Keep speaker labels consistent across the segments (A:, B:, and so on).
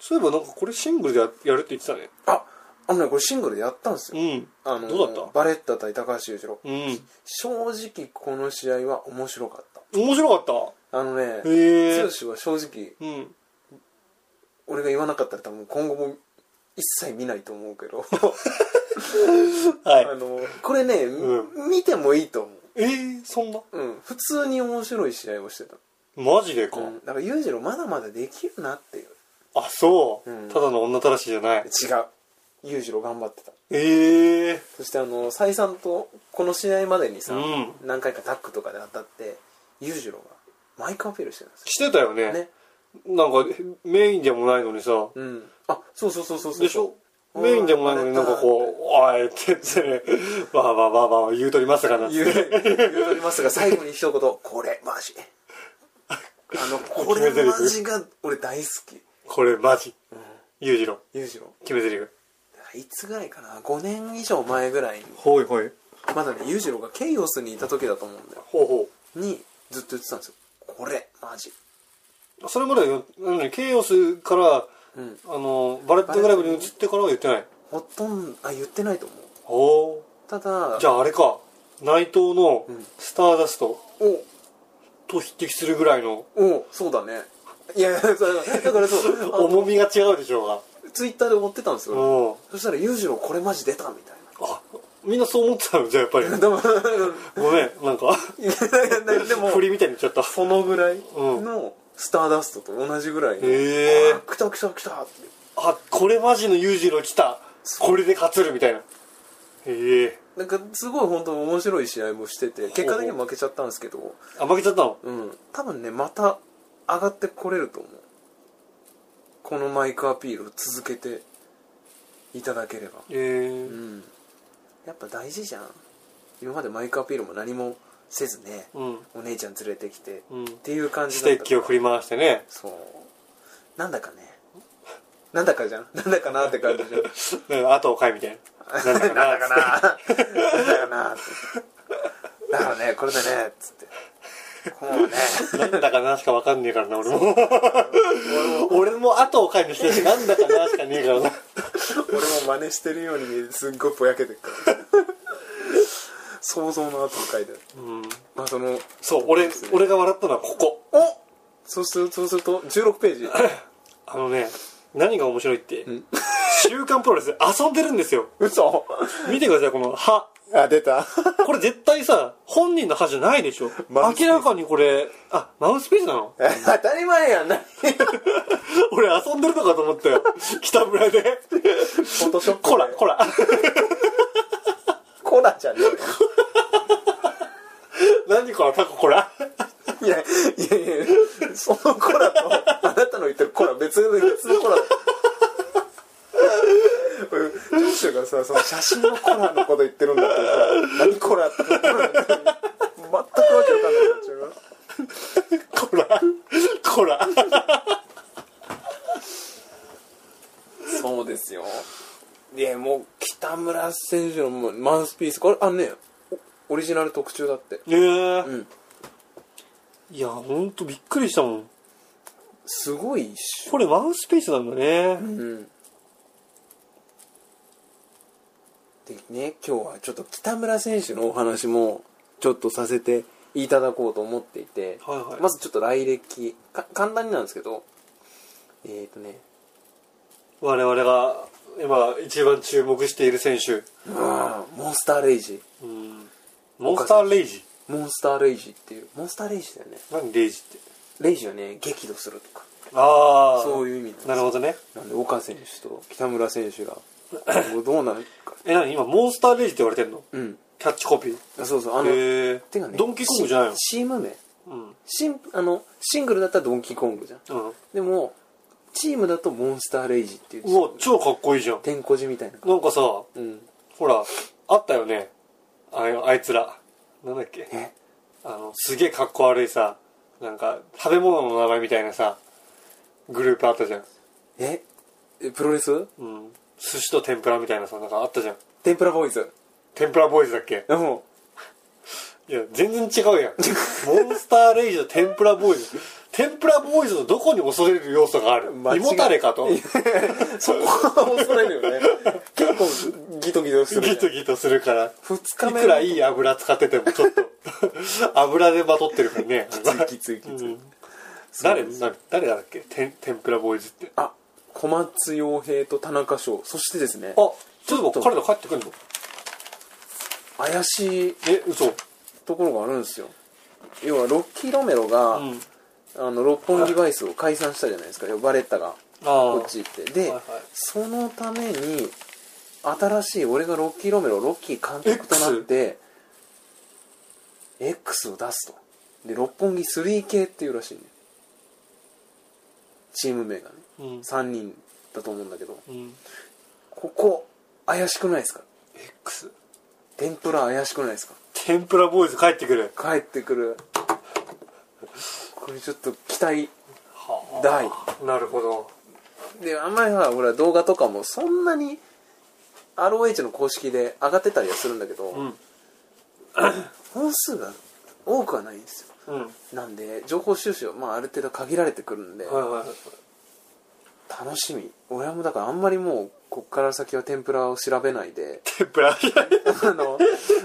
A: そういえばなんかこれシングルでややるって言ってたね。
B: ああのねこれシングルでやったんですよ、
A: うん。
B: あの
A: どうだった
B: バレッタ対高橋裕次郎
A: うん。
B: 正直この試合は面白かっ
A: 面白かった
B: あのね
A: た。へえ。
B: 剛は正直
A: うん。
B: 俺が言わなかったら多分今後も一切見ないと思うけど
A: は
B: あ
A: い。
B: のこれね、
A: う
B: 見てもいいと思
A: えー、そんな
B: う、うん、普通に面白い試合をしてた
A: マジでか。
B: うん、だから裕次郎まだまだできるなっていう
A: あ、そう、
B: うん
A: ただの女たらしじゃない。
B: 違う裕次郎頑張ってた
A: ええ
B: そしてあの再三とこの試合までにさ、
A: うん
B: 何回かタックとかで当たって裕次郎がマイクアピールしてるんです
A: してたよね
B: よね
A: なんか、メインでもないのにさ。
B: うんあそうそうそうそうそう
A: でしょ
B: うん
A: メインでもないのになんかこう、おいって言ってね、ばあばあばあばあ言うとりますがなっ
B: 言
A: て。
B: う言うとりますが最後に一 言「これマジ」あの「これマジ」が俺大好き
A: これマジ。裕次郎、
B: 裕次郎
A: 決め台詞。
B: いつぐらいかな5年以上前ぐらいに
A: ほいほい。
B: まだね裕次郎がケイオスにいた時だと思うんだよ
A: ほうほ
B: にずっと言ってたんですよ「これマジ
A: う。それまでよ、なのにケイオスから、」
B: うん
A: あの、バレットグラブに移ってからは言ってない。
B: ほとんどあ言ってないと思う
A: ほ
B: ただ
A: う。じゃああれか、内藤の
B: うん
A: スターダスト
B: お
A: と匹敵するぐらいの
B: おそうだねいやいやだからだからそうあの
A: 重みが違うでしょうが。
B: ツイッターで追ってたんですよ
A: うん。
B: そしたら裕次郎これマジ出たみたい
A: あ、みんなそう思ってたのじゃあやっぱり。
B: なでも
A: ごめん、なんか、
B: いやいやいやでも
A: 振りみたいに言っちゃった。
B: そのぐらい
A: うん
B: のスターダストと同じぐらいの
A: へー
B: あ来た来た来たって
A: あこれマジの裕次郎来たこれで勝つるみたいなへえ
B: なんかすごい本当面白い試合もしてて結果的に負けちゃったんですけど
A: あ負けちゃったの
B: うん多分ねまた上がってこれると思うこのマイクアピールを続けていただければ
A: へえ
B: うんやっぱ大事じゃん今までマイクアピールも何もせずね、
A: うん
B: お姉ちゃん連れてきて、
A: うん
B: っていう感じ
A: ス
B: だ
A: テ
B: っ
A: ッ
B: た
A: キを振り回してね
B: そうなんだかねなんだかじゃんなんだかなって感じじゃん
A: うん後を買いみたいななんだかな
B: なんだかななんだかなってだからねこれでねっつってこうね
A: なんだかなしかわかんねえから な俺も俺も後を買いにしてるしなんだかなしかねえからな
B: 俺も真似してるように見えてすっごいぼやけてるから想像の後を書いてある
A: うん
B: まあその
A: そう俺俺が笑ったのはここ
B: おそうするそうすると16ページ
A: あのね何が面白いって
B: ん
A: 「週刊プロレス」遊んでるんですよ
B: 嘘
A: 見てくださいこの歯
B: あ出た
A: これ絶対さ本人の歯じゃないでしょ
B: マウスピース
A: 明らかにこれあマウスピースなの
B: 当たり前やんな
A: 俺遊んでるのかと思ったよ北村で
B: フォトショップ
A: こらこら
B: コラじゃね
A: 何こらタコこら
B: えいやいやいやそのコラと あなたの言ってるコラ別の別のコラ上司がさその写真のコラのこと言ってるんだけどさ何コラってコラなんて全くわけわかんなくなっちゃうから
A: こらこら
B: そうですよいやもう北村選手のもうマウスピースこれあねおオリジナル特注だって
A: ねえ、
B: うん
A: いやほんとびっくりしたもん
B: すごいっしょ
A: これマウスピースなんだね
B: うんでね今日はちょっと北村選手のお話もちょっとさせていただこうと思っていて、
A: はいはい
B: まずちょっと来歴か簡単になんですけどえっ、ー、とね
A: 我々が今一番注目している選手、
B: モンスターレイジ
A: うん、モンスターレイジ
B: モンスターレイジっていうモンスターレイジだよね
A: 何レイジって
B: レイジはね激怒するとか
A: ああ
B: そういう意味なんです
A: なるほどね
B: なんで岡選手と北村選手がもうどうなるか
A: え何今モンスターレイジって言われてんの
B: うん
A: キャッチコピー
B: あそうそうあの、
A: へえ
B: てかね
A: ドンキーコングじゃないの
B: チチーム名
A: うん
B: シンあのシングルだったらドンキーコングじゃん
A: うん
B: でもチームだとモンスターレイジっていう
A: うわ超かっこいいじゃん
B: てんこ寺みたいな
A: なんかさほ
B: うん
A: らあったよねああいつらなんだっけ
B: え
A: あのすげえかっこ悪いさなんか食べ物の名前みたいなさグループあったじゃん、
B: ええプロレス
A: うん、寿司と天ぷらみたいなさなんかあったじゃん
B: 天ぷらボーイズ
A: 天ぷらボーイズだっけ
B: うん
A: いや全然違うやんモンスターレイジと天ぷらボーイズ天ぷらボーイズのどこに恐れる要素がある
B: 間違い
A: 胃もたれかと
B: そこは恐れるよ ね結構ギトギトする
A: ギトギトするから
B: 2日
A: い
B: 目
A: くらいい油使っててもちょっ と油でまとってるからね
B: きついきつい、
A: うん誰誰誰だっけ天天ぷらボーイズって
B: あ小松洋平と田中翔そしてですね
A: あちょっと彼ら帰ってくんの
B: 怪しい
A: え嘘
B: ところがあるんですよ要はロッキー・ロメロが、
A: うん
B: あの六本木バイスを解散したじゃないですか要はバレッタが
A: あ
B: こっち行ってで、
A: はいはい
B: そのために新しい俺がロッキー・ロメロロッキー監督となって X を出すとで六本木 3K っていうらしいねチーム名がね
A: うん
B: 3人だと思うんだけど
A: うん
B: ここ怪しくないですか
A: X
B: 天ぷら怪しくないですか
A: 天ぷらボーイズ帰ってくる
B: 帰ってくるこれちょっと期待大
A: なるほど
B: であんまりほら俺は動画とかもそんなに ROH の公式で上がってたりはするんだけど、
A: うん
B: 本数が多くはないんですよ
A: うんはい
B: なんで情報収集は、まあ、ある程度限られてくるんで、
A: はいはい
B: 楽しみ俺はもうだからあんまりもうこっから先は天ぷらを調べないで
A: 天ぷら
B: あの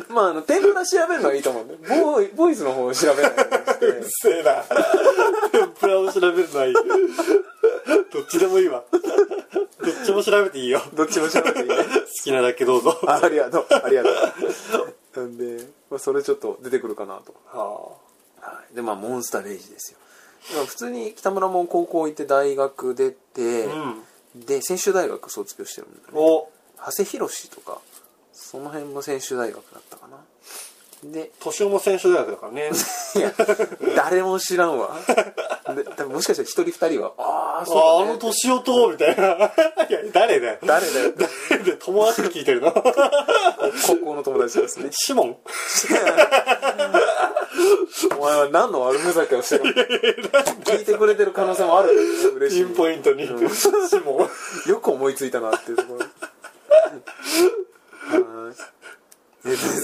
B: まああの天ぷら調べるのはいいと思うんでボーイボーイズの方を調べないように
A: うっ
B: して
A: せえな天ぷらを調べるのはいいどっちでもいいわどっちも調べていいよ好
B: どっちも調べていいね
A: きなだけどうぞ
B: あありがとうありがとうなんで、まあ、それちょっと出てくるかなと
A: は
B: はい、でまあモンスターレイジですよまあ普通に北村も高校行って大学出て
A: あ、うん
B: で専修大学卒業してるんだよね
A: お
B: 長谷博とかその辺も専修大学だったかなで
A: 年も選手大学だ からね
B: いや誰も知らんわで多分もしかしたら一人二人はああ
A: あ
B: そう
A: あ
B: だ、
A: の
B: ね、
A: 年男みたいないや誰だよ
B: 誰だよ
A: 誰で友達に聞いてるの
B: 高校の友達ですね
A: シモン
B: お前は何の悪ふざけをしてるの聞いてくれてる可能性もある嬉し
A: ピ
B: い
A: ンポイントにシモン
B: よく思いついたなっていうところはい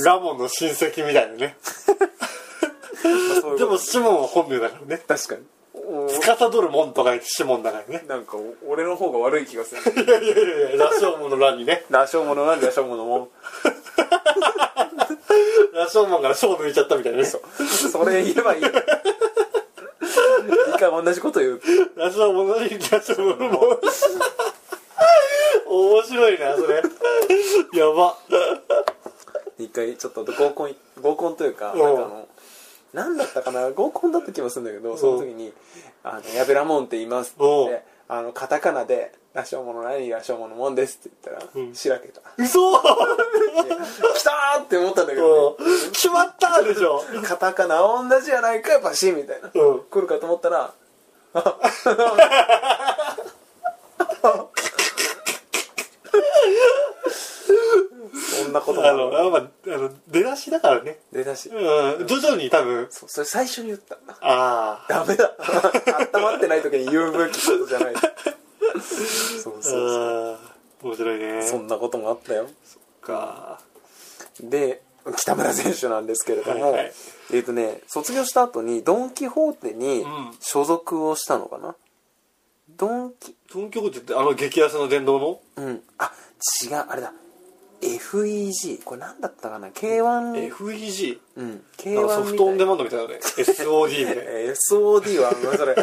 A: ラモンの親戚みたいなね
B: そういうこと
A: でもシモンは本名だからね
B: 確かにお
A: 司る門とか言ってシモンだからね
B: なんかお俺の方が悪い気がする
A: いやいやいやいや羅生門の乱にね
B: 羅生門なんで羅生門も
A: 羅生門から生抜いちゃったみたいなね
B: それ言えばいい よ一回同じこと言う
A: 羅生門の乱に羅生門の門面白いなそれやば
B: 一回ちょっと合コン合コンというかなん
A: うん
B: かあの何だったかな合コンだった気もするんだけどその時に「あのやべらもんって言います」って言っ
A: うん
B: てあのカタカナで「羅生門の何羅生門のもんです」って言ったら、
A: うん
B: しらけた「
A: 嘘
B: きた!」って思ったんだけど、
A: うん決まったでしょ
B: ね、カタカナ同じやないかバシッみたいな
A: うん
B: 来るかと思ったらそんなこと
A: あ
B: なの
A: の、やっぱ、あの、出だしだからね。
B: 出だし
A: うん、徐々に多分、
B: そうそれ最初に言った
A: ああ。
B: ダメだ温まってない時に言うべきことじゃないそうそう
A: う
B: そうん
A: 面白いね。
B: そんなこともあったよ
A: か。
B: で北村選手なんですけれども、
A: はいはい
B: えっ、とね卒業した後にドン・キホーテに
A: うん
B: 所属をしたのかな、ドンキ
A: 東京ってあの激安の電動の
B: うんあ違うあれだ FEG これ何だったかな K1
A: ?FEG?
B: うん K1 み
A: なんかソフトオンデ
B: も
A: マンドみたいなね。SOD みたいな。
B: SOD はまあそれ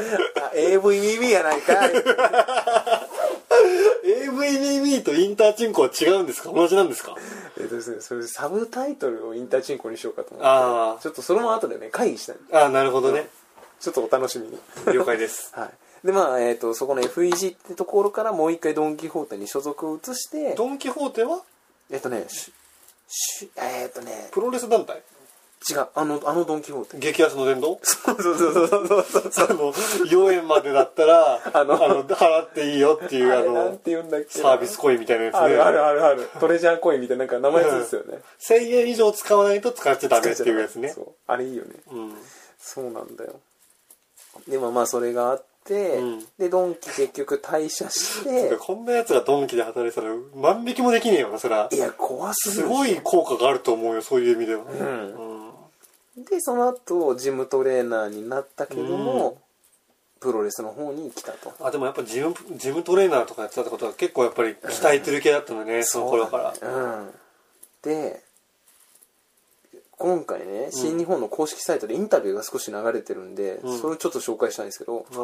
B: あ AVMB やないかい
A: AVBB とインターチンコは違うんですか同じなんですか
B: えっとですねそれサブタイトルをインターチンコにしようかと思って
A: あ
B: ちょっとそれも後でね会議したい
A: あ。ああ、なるほどね。
B: ちょっとお楽しみに
A: 了解です。
B: はいでまあえっ、とそこの FEG ってところからもう一回ドン・キホーテに所属を移して
A: ドン・キホーテは
B: えっ、とねししえっ、とね
A: プロレス団体
B: 違うあのあのドン・キホーテ
A: 激安の電動
B: そうそうそうそうそうそう
A: あの、4円までだったら、あ
B: あ
A: の、
B: の
A: 払っていいよっていう、あ
B: あれなん
A: の、
B: て言うんだっけな
A: サービスコインみたいなやつね。
B: あるあるあるあるトレジャーコインみたいななんか名前つですよね
A: 1000円以上使わないと使っちゃダメっていうやつね。
B: そうあれいいよね
A: うん。
B: そうなんだよでもまあそれがあって、
A: うん
B: でドンキ結局退社して
A: こんなやつがドンキで働いてたら万引きもできねえよな、そりゃ
B: い。や怖すぎ
A: す
B: る
A: ごい効果があると思うよ、そういう意味では。
B: ん
A: うん。
B: でその後ジムトレーナーになったけども、プロレスの方に来たと
A: あでもやっぱ自分自分トレーナーとかやってたってことは結構やっぱり鍛えてる系だったのね、その頃から、
B: うんで今回ね新日本の公式サイトでインタビューが少し流れてるんで、
A: うん
B: それをちょっと紹介したいんですけど、
A: ああ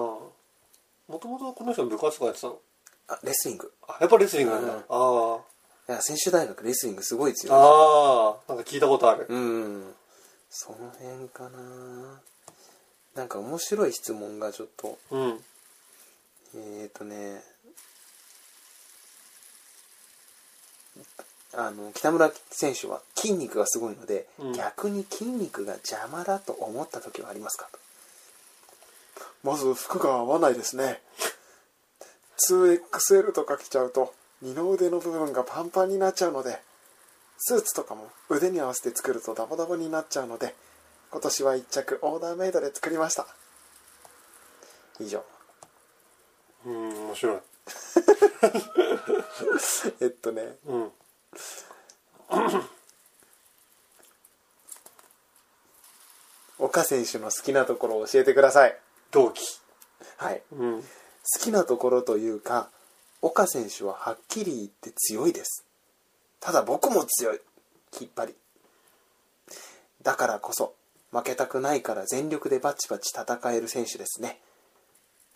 A: もともとこの人は部活とかやってたの
B: あレスリング
A: あやっぱレスリングなんだ、
B: うん
A: ああ
B: いや選手大学レスリングすごいですよ
A: ああなんか聞いたことある、
B: うんその辺かななんか面白い質問がちょっと
A: うん
B: えーとねあの北村選手は筋肉がすごいので、
A: うん
B: 逆に筋肉が邪魔だと思った時はありますかとまず服が合わないですね 2XL とか着ちゃうと二の腕の部分がパンパンになっちゃうのでスーツとかも腕に合わせて作るとダボダボになっちゃうので今年は1着オーダーメイドで作りました以上
A: うん面白い
B: えっとね
A: うん
B: 岡選手の好きなところを教えてください。
A: 同期
B: はい。
A: うん
B: 好きなところというか、岡選手ははっきり言って強いです。ただ僕も強い。きっぱり。だからこそ、負けたくないから全力でバチバチ戦える選手ですね。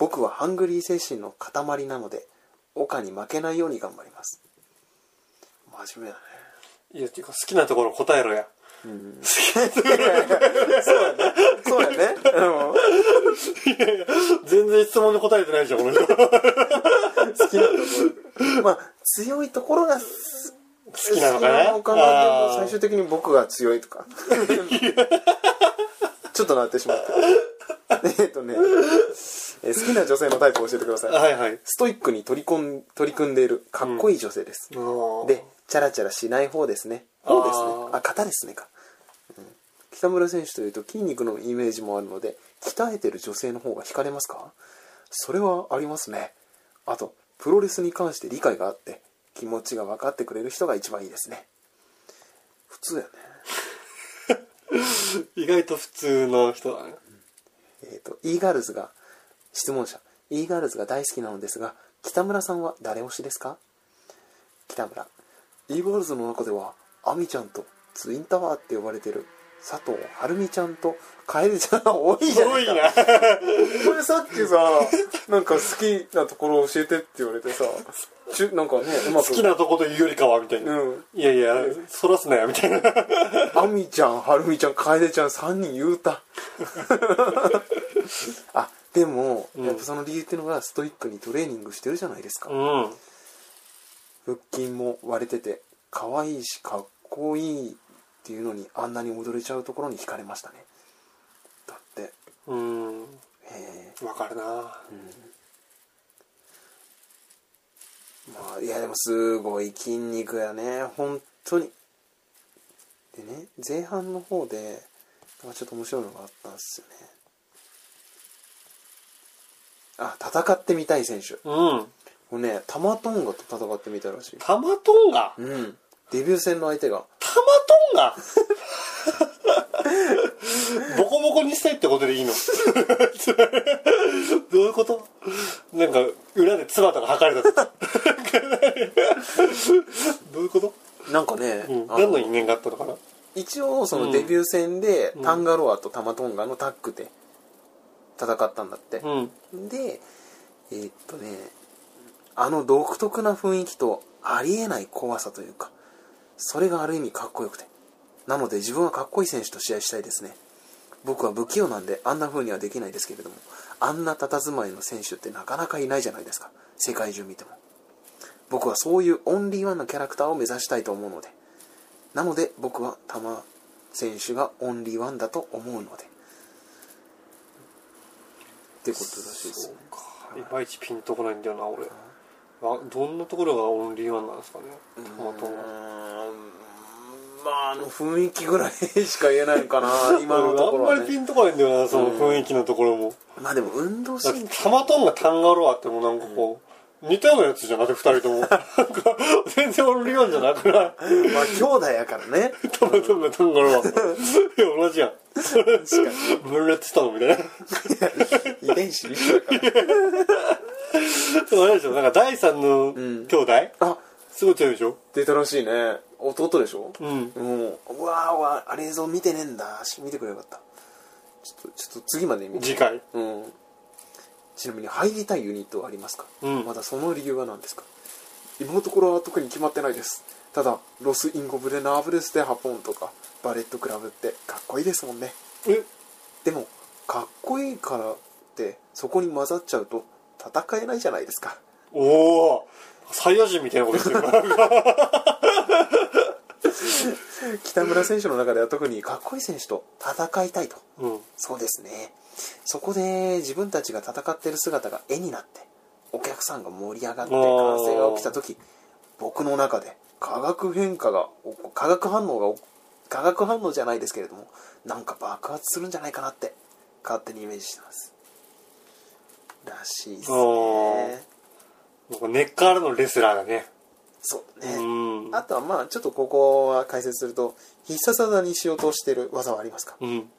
B: 僕はハングリー精神の塊なので、岡に負けないように頑張ります。真面目だね。
A: いやっていうか好きなところ答えろや
B: そうやね。
A: 全然質問に答えてないじゃんこの 人好
B: 好きなところ。まあ、強いところが
A: きなのかな
B: 好きのかなで
A: あ
B: も
A: あ
B: 最終的に僕が強い とかちょっとなってしまったえっとね、えー好きな女性のタイプを教えてください
A: はいはい
B: ストイックに取り込ん取り組んでいるかっこいい女性です、
A: で
B: でチャラチャラしない方ですね
A: あー
B: 方ですねあ型ですねか、うん北村選手というと筋肉のイメージもあるので鍛えてる女性の方が惹かれますかそれはありますねあとプロレスに関して理解があって気持ちが分かってくれる人が一番いいですね普通やね
A: 意外と普通の人だね
B: えっ、と e ガールズが質問者 e ガールズが大好きなのですが北村さんは誰推しですか北村 e ガールズの中ではアミちゃんとツインタワーって呼ばれてる佐藤晴美ちゃんとカエルちゃんが多いじゃな
A: 多
B: い
A: い
B: か
A: な
B: これさっき さなんか好きなところ教えてって言われてさちゅなんかねうま
A: 好きなとこというよりかはみたいな、
B: うん
A: いやいやそらすなよみたいな
B: アミちゃん、ハルミちゃん、カエデちゃん3人言うた。 あ、でも、
A: うん
B: やっぱその理由っていうのがストイックにトレーニングしてるじゃないですか。
A: うん
B: 腹筋も割れてて、可愛いしかっこいいっていうのにあんなに踊れちゃうところに惹かれましたね。だって、
A: うん
B: え
A: わかるな
B: ーまあ、いやでもすごい筋肉やね、本当に。でね、前半の方で、なんかちょっと面白いのがあったんですよね。あ、戦ってみたい選手。
A: うん
B: もうね、タマトンガと戦ってみたらしい。
A: タマトンガ
B: うん。デビュー戦の相手が。
A: タマトンガボコボコにしたいってことでいいの どういうことなんか裏で唾とか吐かれたとかどういうこと、
B: なんかね、
A: うん、
B: あ
A: 何の因縁があったのかな
B: 一応そのデビュー戦で、
A: うん
B: タンガロアとタマトンガのタッグで戦ったんだって。
A: うん
B: で、えーっとね、あの独特な雰囲気とありえない怖さというか、それがある意味かっこよくて。なので自分はかっこいい選手と試合したいですね。僕は不器用なんであんな風にはできないですけれども、あんな佇まいの選手ってなかなかいないじゃないですか。世界中見ても。僕はそういうオンリーワンなキャラクターを目指したいと思うので。なので僕は玉選手がオンリーワンだと思うので。ってことらしいですね。
A: いまいちピンとこないんだよな俺あどんなところがオンリーワンなんですかねタマトン
B: うー
A: ガ
B: んまああの雰囲気ぐらいしか言えないの かな今のところ
A: あ
B: は
A: んまりピ
B: ね
A: ンとこないんだよなその雰囲気のところも、
B: まあでも運
A: だ
B: 動
A: って
B: 神経
A: タマトンガタンガロアってもうなんかこう、似たようなやつじゃなくて、二人 とも。なんか、全然俺リオンじゃなくない
B: まあ、兄弟やからね。
A: 多分多分多分これは。いや、同じやん。
B: 確か
A: 分裂したのみたいな。
B: に。遺伝子一緒やから。
A: そうあれでしょ、なんか第三の兄弟、
B: あ、
A: すごい強いでしょ
B: 出たらしいね。弟でしょ
A: うん。
B: もう、うわーわー、あれ映像見てねえんだ。し見てくれよかった。ちょっと、ちょっと次まで見て。
A: 次回。
B: うん。ちなみに入りたいユニットはありますか、
A: うん
B: まだその理由は何ですか今のところは特に決まってないです。ただ、ロス・インゴブレナーブルステ・ハポンとか、バレット・クラブってかっこいいですもんね。
A: え
B: でも、かっこいいからって、そこに混ざっちゃうと戦えないじゃないですか。
A: おおサイヤ人みたいなこと言ってる。
B: 北村選手の中では特にかっこいい選手と戦いたいと。
A: うん。
B: そうですね。そこで自分たちが戦ってる姿が絵になって、お客さんが盛り上がって
A: あー
B: 歓声が起きた時、僕の中で化学変化が、お化学反応が、化学反応じゃないですけれども、なんか爆発するんじゃないかなって、勝手にイメージしてます。らしいですね。
A: なんか根っからのレスラーだね。
B: そう
A: う
B: ね。
A: ん。
B: あとはまあ、ちょっとここは解説すると、必殺技にしようとしてる技はありますか
A: うん。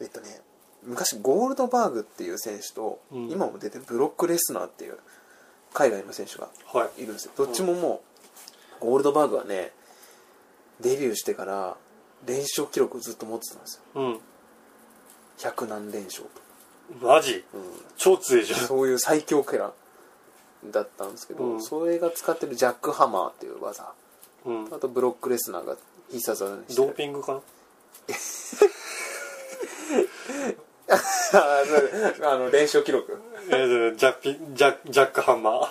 B: えっとね昔ゴールドバーグっていう選手と、
A: うん
B: 今も出てるブロック・レスナーっていう海外の選手が
A: はい
B: るんですよどっちももうゴールドバーグはねデビューしてから連勝記録をずっと持ってたんですよ
A: うん。
B: 100何連勝と、
A: マジ超強いじゃん。
B: そういう最強キャラだったんですけど、
A: うん
B: それが使ってるジャックハマーっていう技
A: うん。
B: あとブロック・レスナーが必殺技にして
A: ド
B: る
A: ーピングかな
B: あそうあの連勝記録
A: えー、ジャッピ、ジャッ、ジャックハンマー。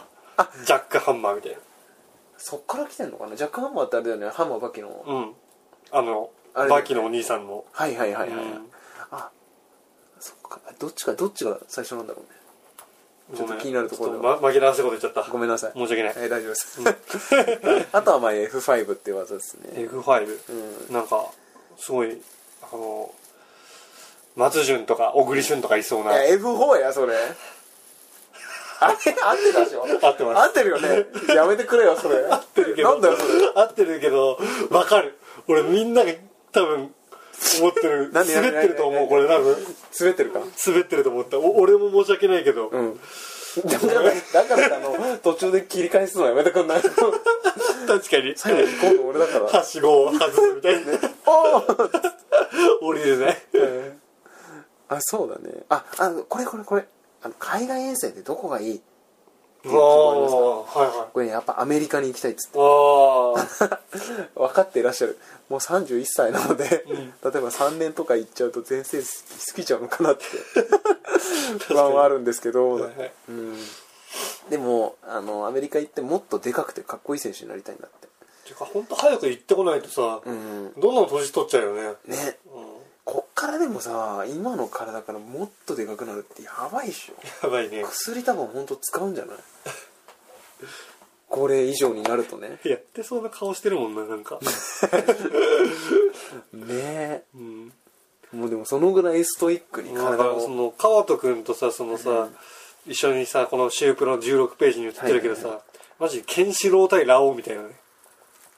A: ジャックハンマーみたいな。
B: そっから来てんのかなジャックハマーってあれだよねハンマーバキの、
A: うん。あの、
B: あれ
A: バキのお兄さんの。
B: はいはいはいはい、はい
A: うん
B: あそっかどっちかどっちが最初なんだろうねちょっ
A: ご
B: と
A: めん
B: 気になるところ
A: ちょ
B: だ
A: っ
B: わ
A: と、ま、紛らわせこと言っちゃった。
B: ごめんなさい
A: 申し訳ない。
B: えー大丈夫です、 あとはまあ F5 っていう技ですね
A: F5、なんかすごいあの松潤とか小栗旬とかいそう
B: い
A: な
B: や F4 やそれあれ合ってたでしょ
A: 合ってます
B: 合ってるよねやめてくれよそれ合って
A: るけど
B: なんだよそれ
A: 合ってるけどわかる俺みんなが多分思ってる
B: 何
A: 滑ってると思うこれ多分
B: 滑ってるか
A: 滑ってると思ったお俺も申し訳ないけど、
B: うんだからだからあの途中で切り返すのやめてくんない
A: 確かに
B: 最後に今度俺だ から
A: はしごを外すみたいな
B: おー
A: 降りれない
B: あそうだねああのこれこれこれあの海外遠征でどこがいい
A: ああはいはい
B: これねやっぱアメリカに行きたいっつって
A: ああ
B: 分かっていらっしゃるもう31歳なので、例えば3年とか行っちゃうと全盛期過ぎちゃうのかなって 不安はあるんですけど、
A: はいは い
B: うん、でもあのアメリカ行ってもっとでかくてかっこいい選手になりたいんだって
A: てか本当早く行ってこないとさ、
B: うん
A: どんどん年取っちゃうよね、
B: ね
A: う
B: こっからでもさ今の体からもっとでかくなるってやばいっしょ
A: ん、やばいね
B: 薬多分ほんと使うんじゃない これ以上になるとね
A: やってそうな顔してるもんななんか
B: ねえ
A: うん
B: もうでもそのぐらいストイックに
A: なん
B: 体
A: か
B: を
A: その川戸君とさそのさ、一緒にさこの「シュープロ」の16ページに写ってるけどさ、
B: は
A: マジケンシロウ対ラオウみたいなね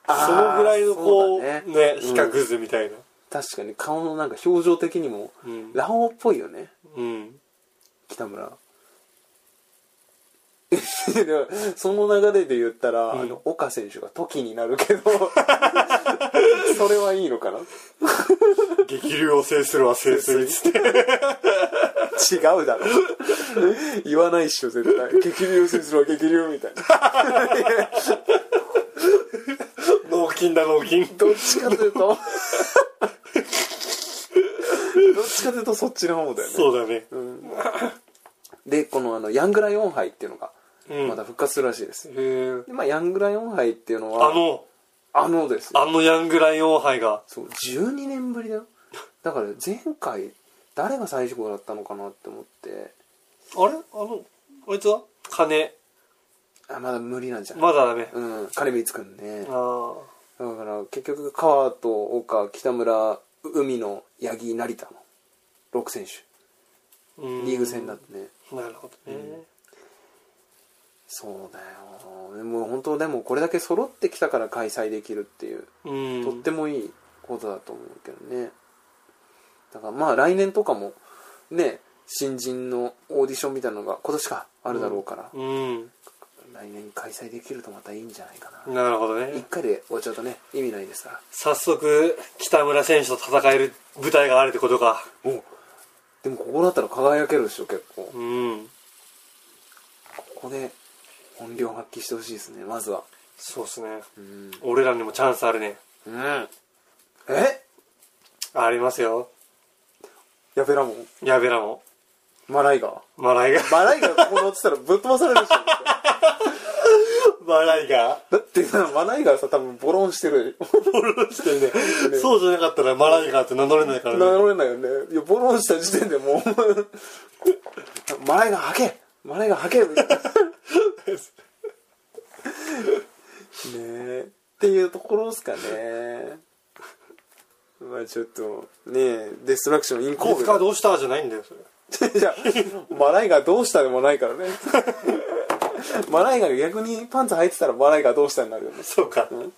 B: あー
A: そのぐらいのこう
B: そうだ
A: ね
B: ね
A: 比較図みたいな
B: 確かに顔のなんか表情的にも、
A: うん
B: ラオウっぽいよね
A: うん
B: 北村でもその流れで言ったら、あの岡選手が時になる けどそれはいいのかな
A: 激流を制するは制するっつ って
B: 違うだろ言わないっしょ絶対激流選手は激流みたいな
A: 脳筋だ脳筋
B: どっち かというとどっちかというとそっちの方だよね
A: そうだね
B: でこのあのヤングライオン杯っていうのが
A: うん
B: また復活するらしいです、
A: へえ
B: でまあ、ヤングライオン杯っていうのは
A: あの
B: あのですよ
A: あのヤングライオン杯が
B: そう12年ぶりだよだから前回誰が最初だったのかなって思って
A: あれあのあいつは金
B: あまだ無理なんじゃない、
A: まだダメ、
B: うん金光くんね
A: あ
B: だから結局川と岡北村海野八木成田の6選手
A: あ、うん
B: リーグ戦だってね
A: なるほどね、
B: そうだよでも本当でもこれだけ揃ってきたから開催できるっていう、
A: うん
B: とってもいいことだと思うけどねだからまあ来年とかもね新人のオーディションみたいなのが今年かあるだろうから、
A: うん
B: 来年開催できるとまたいいんじゃないかな、
A: なるほど
B: 一
A: ね
B: 回で終わっちゃうとね意味ないですから
A: 早速北村選手と戦える舞台があるってことか
B: おでもここだったら輝けるでしょ結構、こ
A: うん
B: こで本領発揮してほしいですねまずは
A: そうっすね
B: うん、
A: 俺らにもチャンスあるね
B: うん、え
A: ありますよ
B: やべらもん
A: やべらも
B: マライガー
A: マライガー
B: マライガーここ乗ってたらぶっ飛ばされるでしょ
A: マライガ
B: だってさマライガーさ多分ボロンし てる
A: ーしてるねそうじゃなかったらマライガーって名乗れないから
B: 名
A: ね
B: 乗れないよねいやボロンした時点でもうマライガーはけマライガーはけみたいなねえっていうところですかねまあちょっとねえデストラクションインコ
A: こ
B: ー
A: いつかどうしたじゃないんだよそれ
B: ルじゃあマライガーどうしたでもないからねマライガーが逆にパンツ履いてたらマライガーどうしたになるよね
A: そうか
B: はい。っ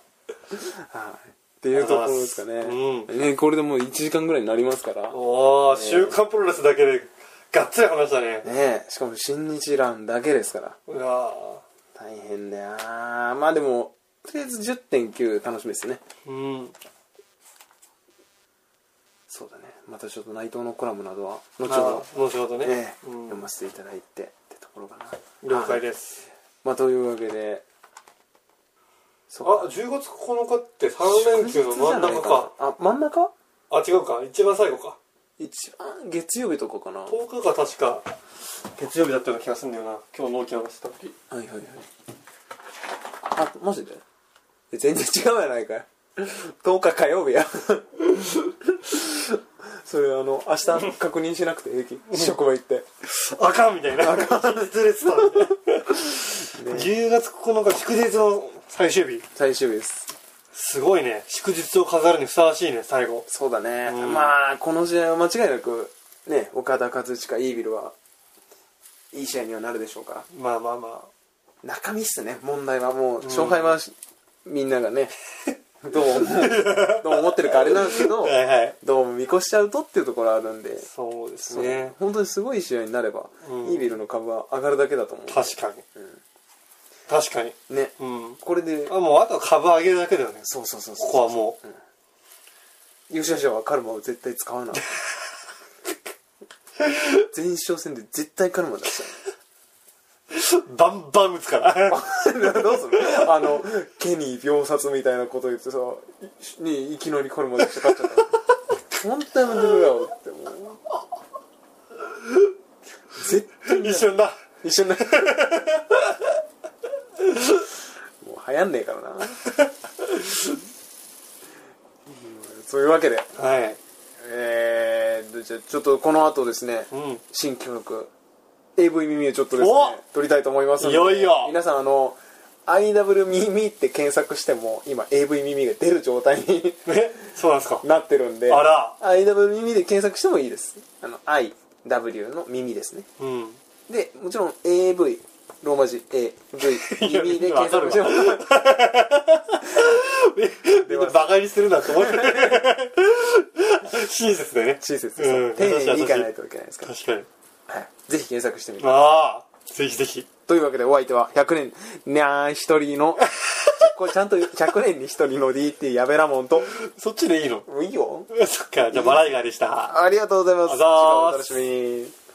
B: ていうところですかね。
A: う
B: ね、これでもう1時間ぐらいになりますから。ね
A: おお週刊プロレスだけでがっつり話したね
B: え、しかも新日ランだけですから。
A: うわ
B: 大変だよなまあでも、とりあえず10.9楽しみですね。
A: ーうん
B: そうだね。またちょっと内藤のコラムなどは、後
A: あ
B: ほ
A: ー後ほど
B: ど、
A: ね
B: ねえ
A: うん
B: 読ませていただいてってところかな。
A: 了解
B: はい
A: です
B: まあというわけで、
A: あ
B: そう
A: 10月9日って3連休の真ん中か。
B: あ、真ん中
A: あ違うか一番最後か
B: 一番月曜日とかかな。はい
A: 10日が確か月曜日だったような気がするんだよな今日納期の話した時
B: はいはい。あ、マジでえ全然違うやないかい。10日火曜日や。 それあの、明日確認しなくて平気。職場行って。
A: あかんみたいなあかんずれてたみたいな 10月9日祝日の最終日
B: 最終日です。
A: すごいね祝日を飾るにふさわしいね最後
B: そうだね。
A: うん
B: まあ、この試合は間違いなく、ね、岡田和親、イービルは、いい試合にはなるでしょうから。
A: まあまあま
B: 中身っすね問題はもう勝敗はしみんながね どう思うどう思ってるかあれなんですけ
A: あ
B: ど
A: はいはい
B: どうも見越しちゃうとっていうところあるんで
A: そうですね
B: 本当にすごい試合になれば、
A: うん
B: イービルの株は上がるだけだと思
A: 確かに、確かに
B: うね、
A: うん
B: これで
A: あもうあとは株上げるだけだよね
B: そうそうそうそう
A: ここはもう
B: 優勝者はカルマを絶対使わ ない前哨戦で絶対カルマ出し
A: バンバン打つから
B: たい どうするあのケニー秒殺みたいなこと言ってさい,、ね、いきなりカルマ出して勝っちゃった 本当やめてくれよってもう絶対
A: 一瞬だ
B: 一緒にな もう流行んねえからなうん そういうわけで
A: はい
B: えー、じゃあちょっとこの後ですね、
A: うん
B: 新企画 AV 耳をちょっとですね
A: お
B: 撮りたいと思いますので
A: いよいよ
B: 皆さんあの IW 耳って検索しても今 AV 耳が出る状態に
A: えそうなんですか
B: なってるんで
A: あら
B: IW 耳で検索してもいいですあの IW の耳ですね
A: うん
B: でもちろん AV ローマ字 AV 耳で検索しても
A: みんなバカにしてるなって思ってる親切でね
B: 親切
A: う
B: で
A: ん
B: す丁寧にいかないといけないですから、
A: 確かに
B: はい、ぜひ検索してみて
A: ああぜひぜひ
B: というわけでお相手は100年にゃー一人の これちゃんと100年に一人の D ってやべらもんと
A: そっちでいいの
B: もういいよ
A: そっかじゃあマライガーでした
B: ありがとうございます
A: あざーす
B: 次回もお楽しみに